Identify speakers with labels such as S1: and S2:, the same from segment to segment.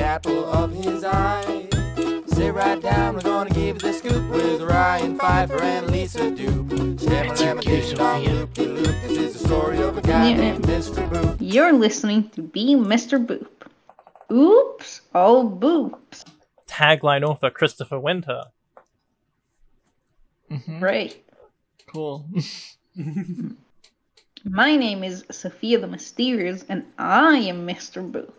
S1: of his eye. Sit right down, we're gonna give you the scoop with Ryan Pfeiffer and Lisa Dupe. This is the story of a guy
S2: Yeah.
S1: named Mr. Boop.
S2: You're listening to Be Mr. Boop. Oops, oh boops.
S3: Tagline author Christopher Winter.
S4: Hmm?
S2: Right.
S4: Cool.
S2: My name is Sophia the Mysterious, and I am Mr. Boop.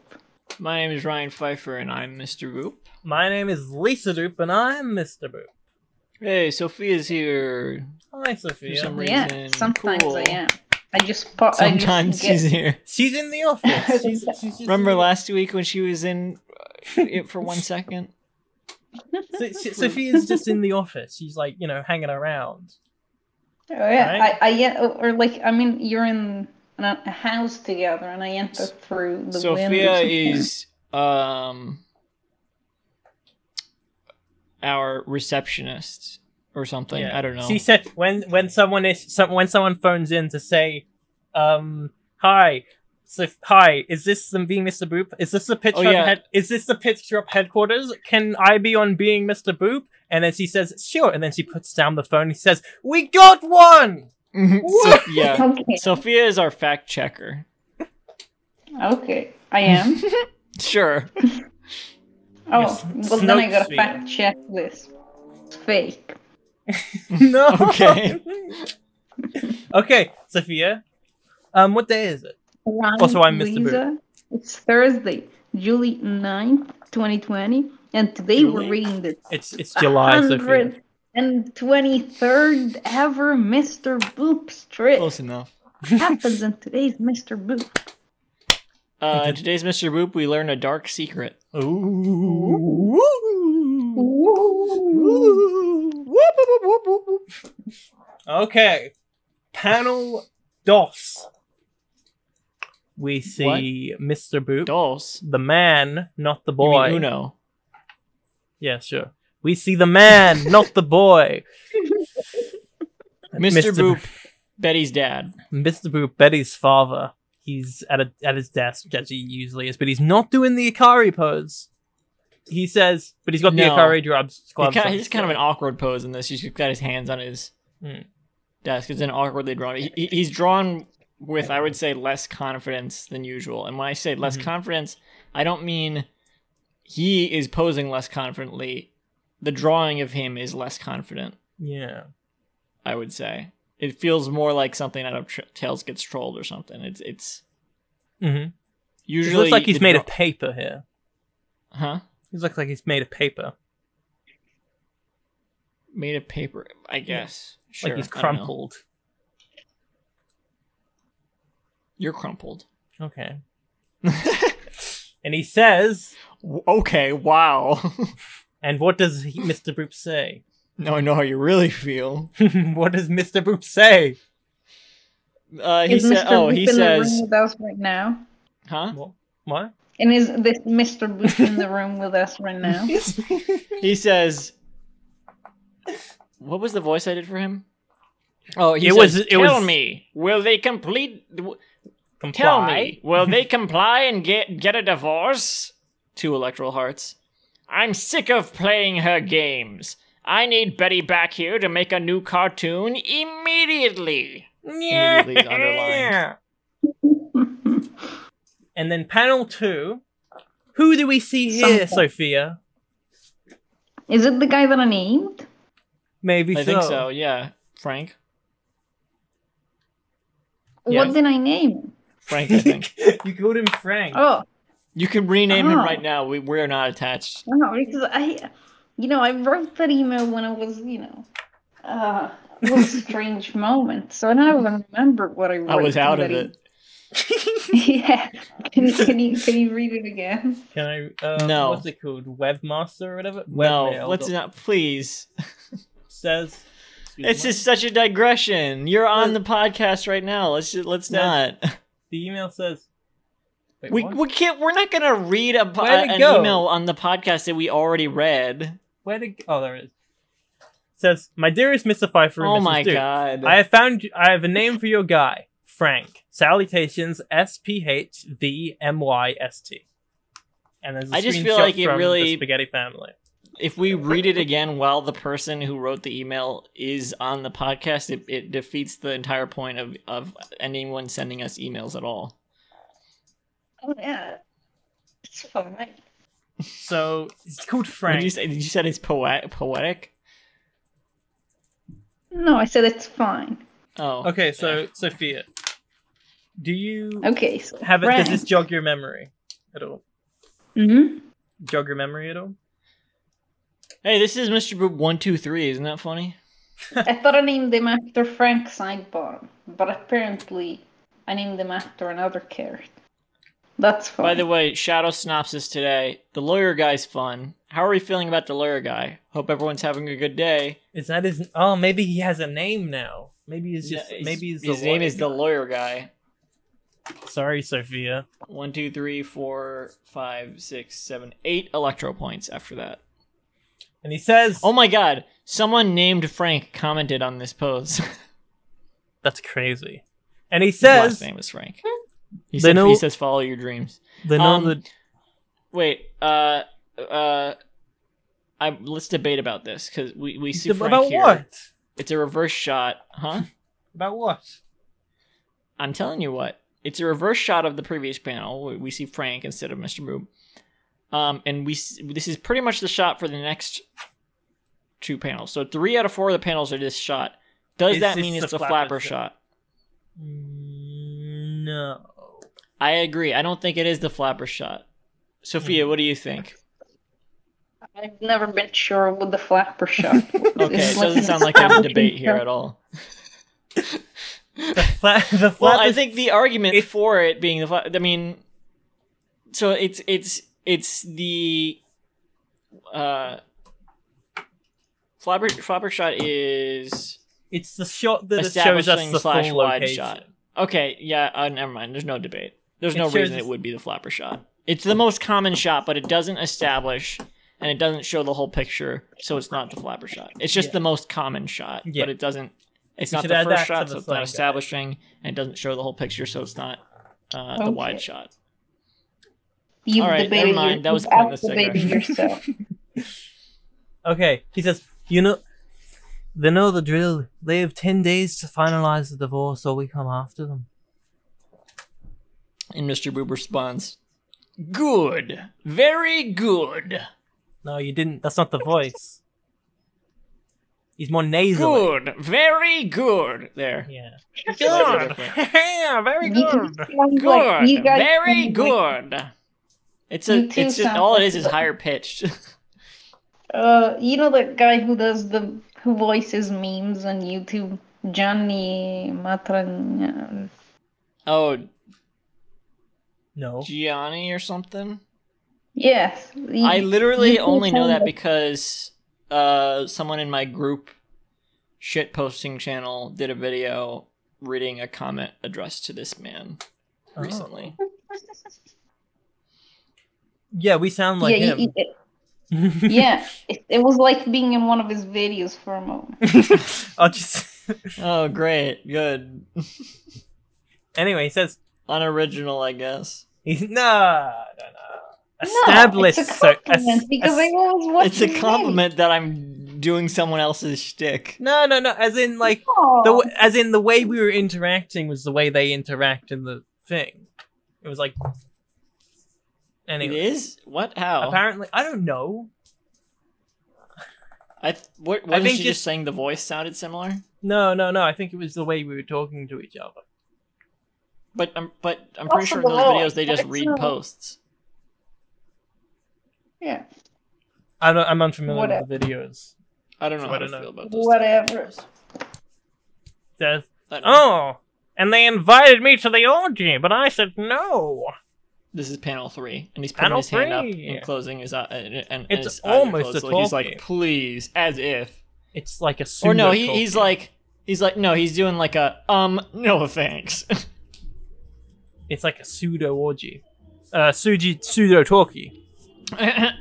S4: My name is Ryan Pfeiffer, and I'm Mr. Boop.
S3: My name is Lisa Doop, and I'm Mr. Boop.
S4: Hey, Sophia's here.
S3: Hi, Sophia.
S4: some reason.
S2: Yeah, sometimes
S4: Cool.
S2: I am. I just pop.
S4: Sometimes
S2: I just
S4: she's
S2: get-
S4: here.
S3: She's in the office. She's, she's just
S4: Remember
S3: in the-
S4: last week when she was in uh, it for one second?
S3: So, so, Sophia's just in the office. She's like, you know, hanging around.
S2: Oh yeah,
S3: Right?
S2: I, I yeah, or like I mean, you're in an- a house together, and I enter through the window.
S4: Sophia is um our receptionist or something. I don't know.
S3: She said when when someone is some, when someone phones in to say, um, hi, so, hi, is this the being Mr. Boop? Is this the pitch
S4: Oh,
S3: up
S4: yeah.
S3: head- is this the pitch up headquarters? Can I be on being Mr. Boop? And then she says, sure. And then she puts down the phone and she says, We got one!
S4: Mhm.
S3: What?
S4: So- yeah.
S2: Okay,
S4: Sophia is our fact checker.
S2: okay, I am.
S4: Sure.
S2: Oh,
S3: Yes,
S2: well then I
S3: Snopes
S2: gotta
S3: Sphere.
S2: fact check this. It's fake.
S3: no.
S4: Okay.
S3: okay, Sophia. Um, what day is it?
S2: Ryan
S4: Oh,
S3: Also, I'm Mr. Boot.
S2: It's Thursday, July 9th, 2020, and today
S4: Julie?
S2: we're reading the
S3: It's it's July, Sophia.
S2: 123rd ever Mr. Boop strip.
S4: Close enough.
S2: happens in today's Mr. Boop.
S4: Uh, today's Mr. Boop, we learn a dark secret.
S3: Ooh. Okay. Panel DOS. We see Mr. Boop,
S4: Dolls.
S3: the man, not the
S4: You mean
S3: boy.
S4: Uno.
S3: Yeah, sure. We see the man, not the boy.
S4: Mr.
S3: Bo-
S4: Boop, Betty's dad.
S3: Mr. Boop, Betty's father. He's at a, at his desk as he usually is, but he's not doing the Ikari pose. He says, but he's got the
S4: No.
S3: Ikari gloves.
S4: He
S3: gloves
S4: ki-
S3: on
S4: he's kind of
S3: still.
S4: an awkward pose in this. He's just got his hands on his
S3: Hmm.
S4: desk. It's an awkwardly drawn. He, he- he's drawn with, I would say, less confidence than usual. And when I say less
S3: Mhm.
S4: confidence, I don't mean he is posing less confidently. The drawing of him is less confident.
S3: yeah.
S4: I would say it feels more like something out of tr- Tails gets trolled or something. It's it's
S3: Mm-hmm. It
S4: usually
S3: looks like he's
S4: the
S3: made
S4: draw-
S3: of paper here.
S4: huh
S3: He looks like he's made of paper.
S4: made of paper. I guess sure.
S3: like he's
S4: I don't know.
S3: crumpled.
S4: You're crumpled.
S3: Okay. and he says,
S4: W- Okay, wow.
S3: and what does he, Mr. Boop say?
S4: now I know how you really feel.
S3: what does Mr. Boop say?
S4: Uh, he
S2: is
S4: said,
S2: Mr.
S4: "Oh,
S2: Boop
S4: he
S2: in the room
S4: says,
S2: with us right now?
S4: huh?
S3: What? What?
S2: And is this Mr. Boop in the room with us right now?
S4: He says, what was the voice I did for him? Oh, he
S3: It
S4: says,
S3: was- it
S4: tell
S3: was-
S4: me, will they complete? w-
S3: Comply.
S4: Tell me, will they comply and get get a divorce?" Two electoral hearts. I'm sick of playing her games. I need Betty back here to make a new cartoon immediately. Immediately is
S3: Yeah.
S4: underlined.
S3: and then panel two. Who do we see here,
S2: Something.
S3: Sophia?
S2: is it the guy that I named?
S3: Maybe
S4: I
S3: so.
S4: think so. Yeah, Frank.
S3: Yes.
S2: What did I name?
S4: Frank, I think.
S3: you called him Frank.
S2: Oh,
S4: You can rename him
S2: Oh.
S4: right now. We we're not attached.
S2: no, because I, you know, I wrote that email when it was, you know, uh, a little strange moment. So I don't even remember what I wrote.
S4: I was
S2: in
S4: out of
S2: that
S4: it.
S2: e- yeah. Can you, can you can you read it again?
S3: Can I? Uh,
S4: No.
S3: What's it called? Webmaster or whatever.
S4: No,
S3: Webmail
S4: let's not. Please,
S3: Says.
S4: it's just such a digression. You're on the podcast right now. Let's just, let's
S3: No.
S4: not.
S3: the email says. Wait,
S4: We
S3: what?
S4: we can't. We're not gonna read a, po-
S3: Where'd it
S4: an
S3: go?
S4: email on the podcast that we already read.
S3: Where did? Oh, there it is. Says, my dearest Mr. Pfeiffer. and
S4: oh
S3: Mrs.
S4: my
S3: Duke,
S4: god!
S3: I have found. I have a name for your guy, Frank. Salutations, S P H V M Y S T. And there's a
S4: I just
S3: screenshot
S4: feel like it
S3: from the
S4: really-
S3: spaghetti family.
S4: If we read it again while the person who wrote the email is on the podcast, it, it defeats the entire point of, of anyone sending us emails at all.
S2: Oh, yeah. It's fine.
S3: So it's called
S4: What
S3: Frank.
S4: Did you say? Did you said it's poetic? Poetic?
S2: No, I said it's fine.
S4: Oh,
S3: okay, so Sophia, do you
S2: Okay, so
S3: have it? Does
S2: Oh, Frank.
S3: this jog your memory at all?
S2: Mhm.
S3: Jog your memory at all?
S4: Hey, this is Mr. Boob one two three. Isn't that funny?
S2: I thought I named them after Frank Sidebottom, but apparently I named them after another character. That's fine.
S4: By the way, Shadow Synopsis today. The lawyer guy's fun. How are we feeling about the lawyer guy? Hope everyone's having a good day.
S3: Is that his? Oh, maybe he has a name now. Maybe he's just.
S4: Yeah,
S3: maybe he's
S4: his
S3: the
S4: name
S3: lawyer
S4: is the lawyer guy.
S3: Sorry, Sophia.
S4: One, two, three, four, five, six, seven, eight electro points after that.
S3: And he says,
S4: Oh my god, someone named Frank commented on this pose. His
S3: "That's crazy." And he
S4: last
S3: says, Hmm?
S4: name is Frank. He,
S3: They
S4: said,
S3: know-
S4: he says, follow your dreams.
S3: "The
S4: Um,
S3: number."
S4: Wait, uh, uh, I, let's debate about this because we, we see Frank
S3: about
S4: here.
S3: what?
S4: It's a reverse shot, huh?
S3: About what?
S4: I'm telling you what. It's a reverse shot of the previous panel. where We see Frank instead of Mr. Boob. Um, and we s- this is pretty much the shot for the next two panels. So three out of four of the panels are this shot. Does
S3: It's-
S4: that
S3: it's
S4: mean
S3: the
S4: it's the
S3: flapper
S4: flapper
S3: shot.
S4: shot?
S3: Mm, No.
S4: I agree. I don't think it is the flapper shot. Sophia, what do you think?
S2: I've never been sure what the flapper shot was.
S4: Okay,
S2: It's
S4: it doesn't sound like there's a debate here at all.
S3: The fla- the flap
S4: Well, I
S3: is-
S4: think the argument
S3: It-
S4: for it being the fla- I mean, so it's it's it's the uh, flapper flapper shot is
S3: it's the shot that shows us
S4: establishing
S3: the
S4: slash
S3: full
S4: wide
S3: location.
S4: shot. okay. Yeah, uh, never mind. There's no debate. There's
S3: It
S4: no
S3: shows
S4: reason
S3: us-
S4: it would be the flapper shot. It's the most common shot, but it doesn't establish and it doesn't show the whole picture, so it's not the flapper shot. It's just
S3: Yeah.
S4: the most common shot,
S3: Yeah.
S4: but it doesn't. It's
S3: You
S4: not
S3: should
S4: the
S3: add
S4: first
S3: that to
S4: shot,
S3: the
S4: so it's
S3: flag guide.
S4: not establishing, and it doesn't show the whole picture, so it's not uh, the wide
S2: Okay.
S4: shot.
S2: You've
S4: All right,
S2: debated
S4: never mind. That was
S2: you've
S4: pointless
S2: outdebated
S4: digression.
S2: yourself.
S3: Okay, he says, you know, they know the drill. They have ten days to finalize the divorce, or we come after them.
S4: And Mr. Boob responds, "Good, very good,
S3: No, you didn't. That's not the voice. He's more nasally.
S4: good, very good." There,
S3: Yeah.
S4: Slightly
S3: Good.
S4: different.
S3: yeah, very
S2: You
S3: good.
S2: sound like-
S4: good,
S2: you guys sound
S4: very
S2: like-
S4: good. It's a,
S2: You two
S4: it's just,
S2: sound
S4: all it
S2: like
S4: is is
S2: the-
S4: higher pitched.
S2: Uh, you know that guy who does the who voices memes on YouTube, Johnny Matran. uh,
S4: oh,
S3: No.
S4: Gianni or something.
S2: Yes, he-
S4: I literally
S2: you two
S4: only know
S2: sound
S4: that
S2: like-
S4: because uh, someone in my group shit posting channel did a video reading a comment addressed to this man
S3: Oh.
S4: recently.
S3: Yeah, we sound like
S2: yeah,
S3: him.
S2: it- it- yeah. It, it was like being in one of his videos for a moment.
S3: I'll just.
S4: Oh, great, good,
S3: anyway, he says,
S4: unoriginal, I guess.
S3: he's no, no, no.
S2: No,
S3: Established.
S2: it's a
S3: so-
S2: compliment
S3: es-
S2: because I
S3: es-
S2: always watch
S4: It's a
S2: his videos.
S4: compliment that I'm doing someone else's shtick.
S3: no, no, no. As in, like,
S2: Oh,
S3: the w- as in the way we were interacting was the way they interact in the thing. It was like
S4: It
S3: anyway.
S4: is what? How?
S3: Apparently, I don't know.
S4: I th- what, wasn't
S3: think
S4: she
S3: just-
S4: just saying the voice sounded similar?
S3: No, no, no. I think it was the way we were talking to each other.
S4: But I'm but I'm pretty
S2: Also
S4: sure in
S2: the
S4: those
S2: voice,
S4: videos they
S2: but
S4: just
S2: it's
S4: read
S2: not-
S4: posts.
S2: yeah,
S3: I'm, not- I'm unfamiliar
S2: Whatever.
S3: with the videos.
S4: I don't know
S3: So
S4: how
S3: I
S4: to
S3: don't know.
S4: feel about those.
S2: whatever.
S3: Says,
S4: type of videos. I don't know.
S3: oh, and they invited me to the orgy, but I said no.
S4: This is panel three, and he's putting
S3: Panel
S4: his hand up
S3: three.
S4: and closing his eye, and, and
S3: It's
S4: his eyes are
S3: almost
S4: closed,
S3: a
S4: so He's
S3: talk
S4: like,
S3: game.
S4: please, as if.
S3: It's like a
S4: Or no,
S3: pseudo
S4: he,
S3: cult.
S4: he's like, he's like, no, he's doing like a um, no thanks.
S3: it's like a pseudo orgy, uh, suji pseudo talkie.
S4: uh, uh,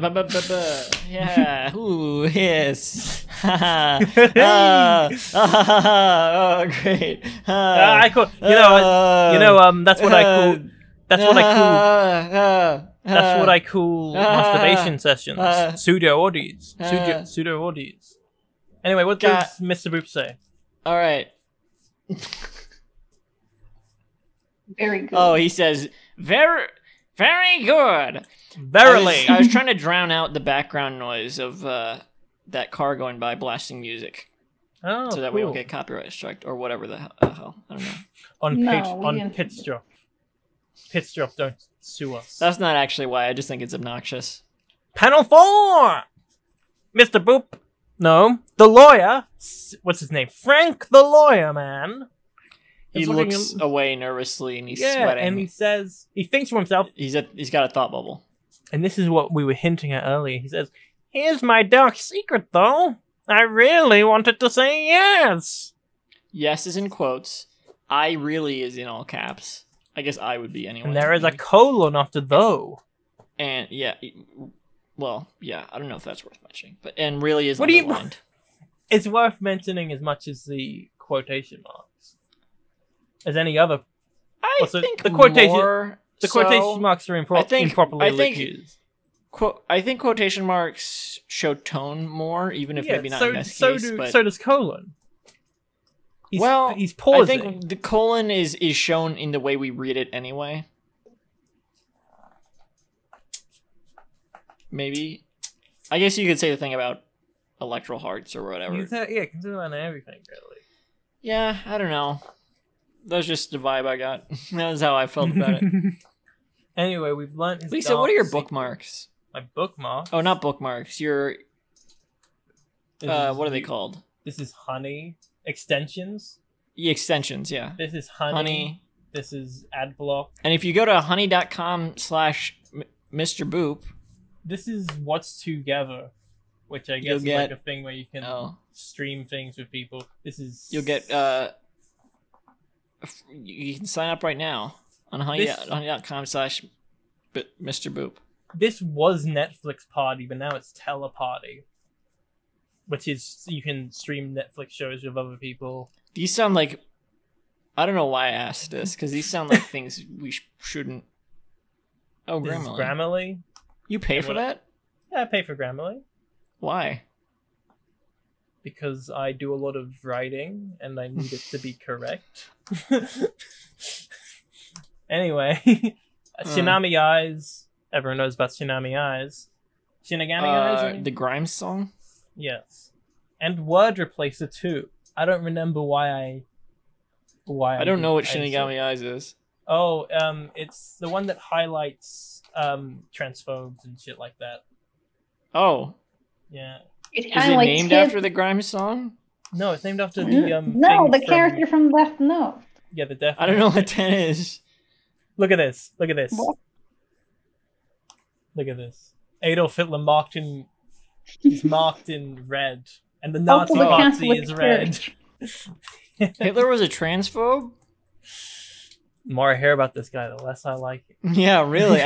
S4: ba- ba- ba- ba. yeah, ooh, yes, uh, uh, oh, great. Uh,
S3: Uh, I call you know I- you know um that's what I
S4: uh,
S3: call That's what I call. That's what
S4: I.
S3: I call
S4: Ah.
S3: masturbation sessions.
S4: Ah.
S3: pseudo audience.
S4: Ah.
S3: Pseudo pseudo audience. Anyway, what
S4: Ga-
S3: does Mr. Boop say?
S4: All right.
S2: Very good.
S4: Oh, he says very, very good. I
S3: Verily,
S4: was, I was trying to drown out the background noise of uh, that car going by blasting music,
S3: oh,
S4: so that we don't
S3: cool.
S4: get copyright striked or whatever the hell. Uh, hell I don't know.
S3: on
S2: No,
S3: pit
S2: we
S3: on
S2: didn't-
S3: pit drop. Pit drop, don't sue us.
S4: That's not actually why. I just think it's obnoxious.
S3: Panel four. Mr. Boop. No, the lawyer. S- What's his name? Frank, the lawyer man.
S4: He
S3: is looking
S4: looks
S3: a-
S4: away nervously and he's
S3: yeah,
S4: sweating.
S3: and he says he thinks to himself,
S4: He's a, he's got a thought bubble.
S3: and this is what we were hinting at earlier. He says, "Here's my dark secret, though. I really wanted to say yes."
S4: Yes is in quotes. I really is in all caps. I guess I would be anyway.
S3: And there is a
S4: maybe.
S3: colon after though.
S4: and yeah, e, well, yeah. I don't know if that's worth mentioning, but and really is
S3: What do you-
S4: underlined.
S3: It's worth mentioning as much as the quotation marks as any other.
S4: I
S3: Also,
S4: think
S3: the quotation-
S4: more
S3: The
S4: so-
S3: quotation marks are impro-
S4: I think-
S3: improperly
S4: I think-
S3: used.
S4: Quote, I think quotation marks show tone more, even if maybe not
S3: so
S4: in this
S3: so
S4: case.
S3: do
S4: but
S3: so does colon. He's,
S4: Well,
S3: he's
S4: I
S3: pausing.
S4: think the colon is is shown in the way we read it anyway. Maybe, I guess you could say the thing about electoral hearts or whatever.
S3: You said- uh, yeah, consider that everything really.
S4: yeah, I don't know. That was just the vibe I got. that was how I felt about it.
S3: anyway, we've learned. his
S4: Lisa, what are your
S3: dark secret.
S4: bookmarks?
S3: My bookmark.
S4: Oh, not bookmarks. Your
S3: This
S4: uh,
S3: is
S4: what are they
S3: you-
S4: called?
S3: This is honey extensions.
S4: The extensions, yeah.
S3: This is honey.
S4: Honey.
S3: This is ad block.
S4: And if you go to honey.com slash m- Mr. Boop,
S3: This is what's together, which I
S4: You'll
S3: guess is like
S4: get-
S3: a thing where you can
S4: oh,
S3: stream things with people. This is
S4: you'll get, uh, f- you can sign up right now on honey,
S3: This-
S4: honey.com slash b- Mr. Boop.
S3: this was Netflix Party, but now it's Teleparty, which is you can stream Netflix shows with other people.
S4: These sound like, I don't know why I asked this, because these sound like things we sh- shouldn't. Oh,
S3: This is
S4: Grammarly.
S3: Grammarly.
S4: you pay for
S3: What-
S4: that?
S3: Yeah, I pay for Grammarly
S4: Why?
S3: because I do a lot of writing and I need it to be correct. anyway,
S4: Hmm.
S3: Shinami Eyes. Everyone knows about Shinami Eyes. Shinigami Eyes. I
S4: Uh,
S3: mean?
S4: the Grimes song?
S3: Yes, and Word Replacer too. I don't remember why I. Why
S4: I don't
S3: did-
S4: know what
S3: I said-
S4: Shinigami Eyes is.
S3: Oh, um, it's the one that highlights um transphobes and shit like that.
S4: Oh,
S3: Yeah.
S2: it
S4: is it
S2: highlights
S4: named
S2: his-
S4: after the Grimes song?
S3: No, it's named after the um.
S2: Mm-hmm. Mm, no,
S3: thing
S2: the
S3: from-
S2: character from Death Note.
S3: Yeah, the death.
S4: I don't know what that is.
S3: Look at this. Look at this.
S2: What?
S3: Look at this. Adolf Hitler marked in. He's marked in red, and
S2: Oh,
S3: the Nazi
S2: Hopefully
S4: Nazi
S3: Nazi
S2: Catholic
S3: is red.
S2: Church.
S4: Hitler was a transphobe?
S3: The more I hear about this guy, the less I like it.
S4: Yeah, really.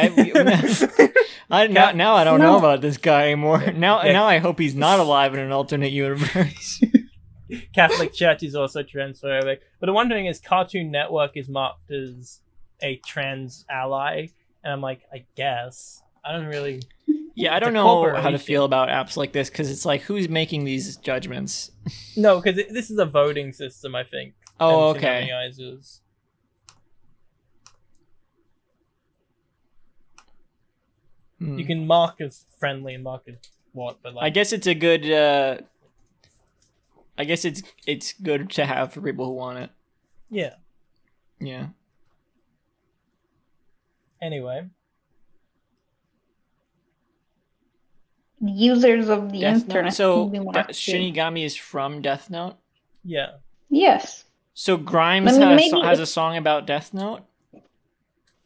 S4: I, I now, now I don't know
S2: No.
S4: about this guy anymore. Now
S3: Yeah.
S4: now I hope he's not alive in an alternate universe.
S3: Catholic Church is also transphobic. But the one thing is, Cartoon Network is marked as a trans ally, and I'm like, I guess I don't really.
S4: yeah, I
S3: It's
S4: don't
S3: a
S4: know how to
S3: corporation. feel
S4: feel about apps like this because it's like who's making these judgments?
S3: No, because this is a voting system, I think.
S4: Oh,
S3: and
S4: okay.
S3: Tsunami Eyes is-
S4: Hmm.
S3: You can mark as friendly and mark as what, but like,
S4: I guess it's a good. Uh, I guess it's it's good to have for people who want it.
S3: yeah.
S4: Yeah.
S3: Anyway,
S2: Users of the
S4: Death Note-
S2: internet.
S4: So
S2: can be more
S4: Da-
S2: active.
S4: Shinigami is from Death Note.
S3: yeah,
S2: Yes.
S4: So Grimes
S2: Then
S4: had a
S2: maybe
S4: so- has a
S2: it's-
S4: song about Death Note.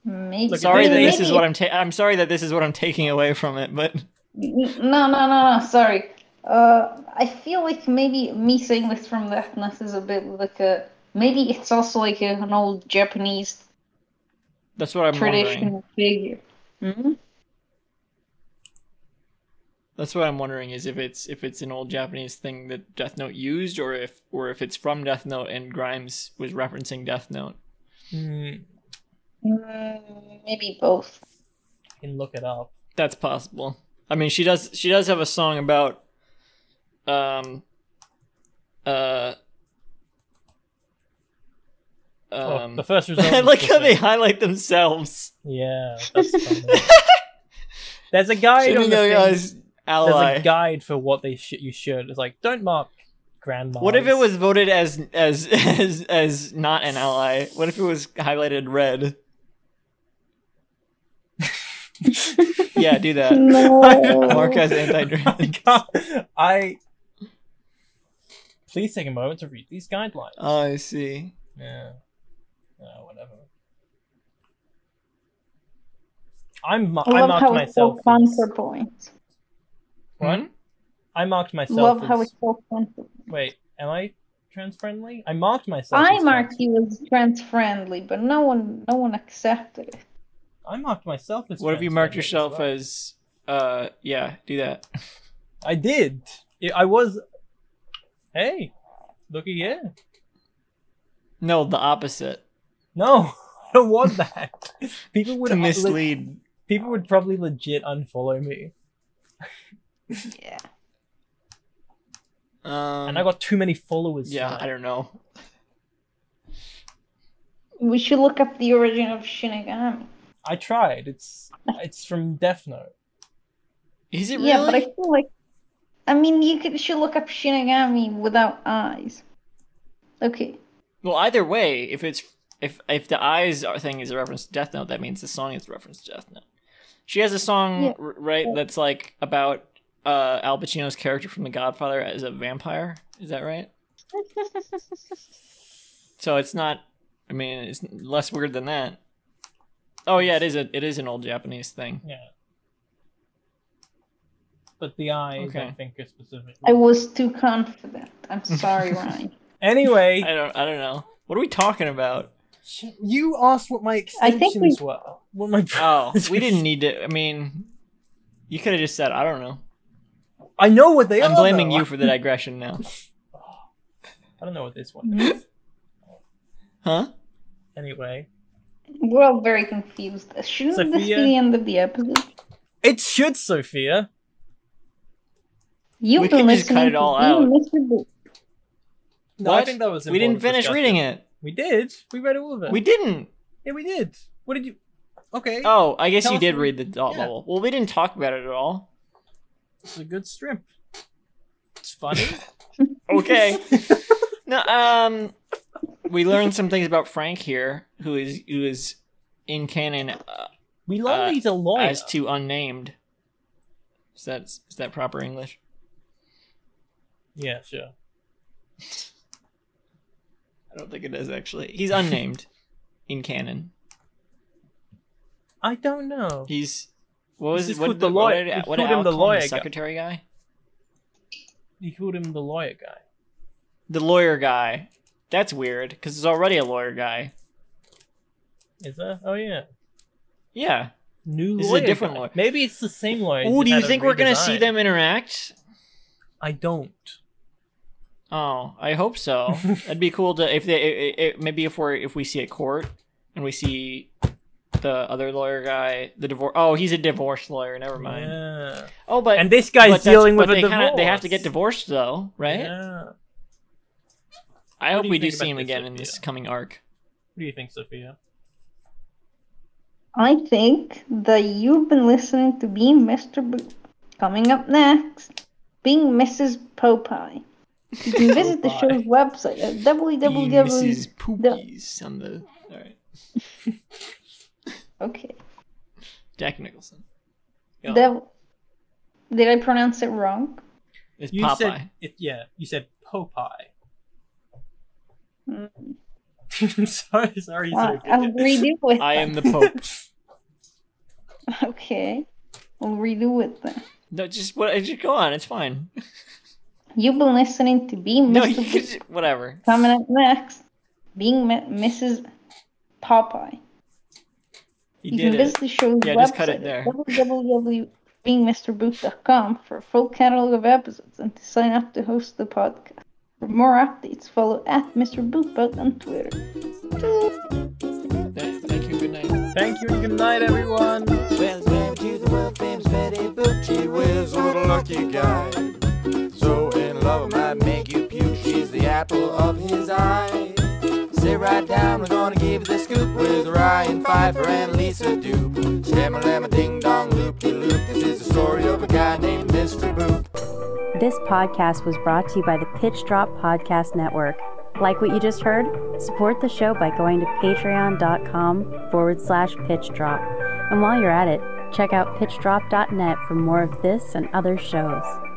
S2: Maybe.
S3: Look,
S4: Sorry that
S3: maybe-
S4: this is what I'm. Ta- I'm sorry that this is what I'm taking away from it, but
S2: No, no, no, no. Sorry. Uh, I feel like maybe me saying this from the ethnos is a bit like a. Maybe it's also like a, an old Japanese
S4: that's what I'm wondering.
S2: traditional figure. hmm
S4: That's what I'm wondering is if it's if it's an old Japanese thing that Death Note used, or if or if it's from Death Note and Grimes was referencing Death Note.
S3: Mm,
S2: Mm, maybe both.
S3: You can look it up.
S4: That's possible. I mean, she does. She does have a song about, um, uh,
S3: Oh,
S4: um.
S3: the first result.
S4: I
S3: was
S4: like how
S3: different.
S4: they highlight themselves.
S3: Yeah, that's funny. There's a guide on
S4: Jimmy
S3: the
S4: Young
S3: thing.
S4: Eyes
S3: There's a
S4: ally.
S3: guide for what they sh- you should. It's like don't mark grandma.
S4: What if it was voted as as as as not an ally? What if it was highlighted red? yeah, do that.
S2: No.
S4: Mark as
S3: I
S4: anti-drag.
S3: can't. I. Please take a moment to read these guidelines.
S4: Oh, I see.
S3: yeah. Oh, whatever. I'm. Mar-
S2: I
S3: I,
S2: love
S3: marked
S2: how it's
S3: myself.
S2: so fun
S3: as-
S2: for points.
S4: What?
S3: I marked myself.
S2: Love
S3: as-
S2: how it's so fun. For...
S3: Wait, am I trans friendly? I marked myself.
S2: I
S3: as
S2: marked
S3: trans-
S2: you as trans friendly, but no one, no one accepted it.
S3: I marked myself as.
S4: What if you
S3: trans
S4: marked
S3: friendly as
S4: yourself
S3: well?
S4: as uh yeah, do that.
S3: I did. I- I was. Hey, looky here.
S4: No, the opposite.
S3: No, I don't want that. People would
S4: To
S3: le-
S4: mislead.
S3: people would probably legit unfollow me,
S2: Yeah.
S4: Um,
S3: and I got too many followers.
S4: Yeah,
S3: tonight.
S4: I don't know.
S2: We should look up the origin of Shinigami.
S3: I tried. It's it's from Death Note.
S4: Is it
S2: Yeah, but I
S4: really?
S2: feel like, I mean, you could, should look up Shinigami without eyes. Okay.
S4: Well, either way, if it's if if the eyes are thing is a reference to Death Note, that means the song is a reference to Death Note. She has a song
S2: Yeah.
S4: r- right that's like about uh Al Pacino's character from The Godfather as a vampire. Is that right? So it's not. I mean, it's less weird than that. Oh yeah, it is a it is an old Japanese thing.
S3: Yeah. But the eyes, I
S4: Okay.
S3: think, are specific.
S2: I was too confident. I'm sorry, Ryan.
S3: Anyway,
S4: I don't I don't know. What are we talking about?
S3: you asked what my
S2: I think we-
S3: extensions were. What my
S4: Oh, we didn't need to. I mean, you could have just said I don't know.
S3: I know what they are.
S4: I'm blaming
S3: though.
S4: you for the digression now,
S3: I don't know what this one is.
S4: huh?
S3: anyway,
S2: We're all very confused. Shouldn't this be
S3: Sophia?
S2: the end of the episode?
S3: it should Sophia.
S2: You've
S4: We
S2: been
S4: can just
S2: listening
S4: cut it
S2: to
S4: all
S2: me,
S4: out.
S2: Mr. Boo.
S3: No, I
S4: What?
S3: think that was.
S4: We didn't finish reading it.
S3: We did. We read all of it.
S4: We didn't.
S3: Yeah, we did. What did you? Okay,
S4: Oh, I guess
S3: Tell
S4: you
S3: us
S4: did
S3: what-
S4: read the dot
S3: yeah.
S4: level. Well, we didn't talk about it at all.
S3: it's a good strip. It's funny.
S4: Okay. no, um, we learned some things about Frank here, who is who is in canon uh,
S3: we learned
S4: Uh,
S3: he's a lawyer.
S4: as to unnamed. Is that is that proper English?
S3: yeah, sure.
S4: I don't think it is actually. He's unnamed in canon.
S3: I don't know.
S4: He's what was
S3: He's
S4: what
S3: called
S4: did
S3: the
S4: the lawyer?
S3: lawyer-
S4: What did,
S3: he's
S4: what did
S3: called him
S4: Al
S3: the
S4: call him,
S3: lawyer guy.
S4: the secretary guy?
S3: You called him the lawyer guy.
S4: The lawyer guy. That's weird because there's already a lawyer guy.
S3: Is that? Oh yeah.
S4: Yeah.
S3: New
S4: This is a
S3: lawyer.
S4: different
S3: guy.
S4: lawyer.
S3: Maybe it's the same lawyer.
S4: Oh,
S3: just
S4: do you
S3: had a
S4: think we're gonna see
S3: redesign.
S4: them interact?
S3: I don't.
S4: Oh, I hope so. That'd be cool to if they it, it, maybe if we're if we see at court and we see the other lawyer guy, the divorce. Oh, he's a divorce lawyer. Never mind.
S3: Yeah.
S4: Oh, but
S3: And this
S4: but
S3: guy's
S4: that's-
S3: dealing
S4: but
S3: with a
S4: they
S3: divorce.
S4: kinda- they have to get divorced though, right?
S3: Yeah. What
S4: I
S3: What
S4: hope
S3: do you
S4: we do
S3: think about
S4: see him
S3: this,
S4: again in
S3: Sophia?
S4: this coming arc.
S3: do you think, Sophia?
S2: I think that you've been listening to being Mr. Boo. Coming up next, being Mrs. Popeye. You can visit the
S3: Popeye.
S2: show's website at
S4: He
S2: www.
S4: misses poopies on the all right.
S2: Okay.
S4: Jack Nicholson. Yeah.
S2: Dev- Did I pronounce it wrong?
S4: It's
S3: You
S4: Popeye.
S3: said it, yeah. You said Popeye.
S2: Mm,
S3: I'm sorry, sorry,
S2: uh,
S3: Sophia.
S2: I'll redo it.
S4: I am the Pope.
S2: Okay. I'll redo it then.
S4: no, just what? Just go on. It's fine.
S2: You've been listening to being
S4: No,
S2: Mr.
S4: you
S2: Boo.
S4: could, just- whatever.
S2: Coming up next, being Ma- Mrs. Popeye. You
S4: He
S2: can
S4: did it.
S2: visit the show's
S4: Yeah,
S2: website
S4: just cut it there.
S2: at www.beingmrboot.com for a full catalog of episodes and to sign up to host the podcast. For more updates, follow at Mr. Bootbug on Twitter.
S4: Thank you. Good night.
S3: Thank you and good night, everyone.
S1: Well, it's name to the world famous Betty Boop. She was what a lucky guy. So in love, I might make you puke. She's the apple of his eye. Sit right down, we're gonna give you the scoop with Ryan Pfeiffer and Lisa Doop. Stammer, lemma, ding dong, loop de loop. This is the story of a guy named Mr. Boop.
S5: This podcast was brought to you by the Pitch Drop Podcast Network. Like what you just heard? Support the show by going to patreon.com forward slash pitch drop. And while you're at it, check out pitchdrop.net for more of this and other shows.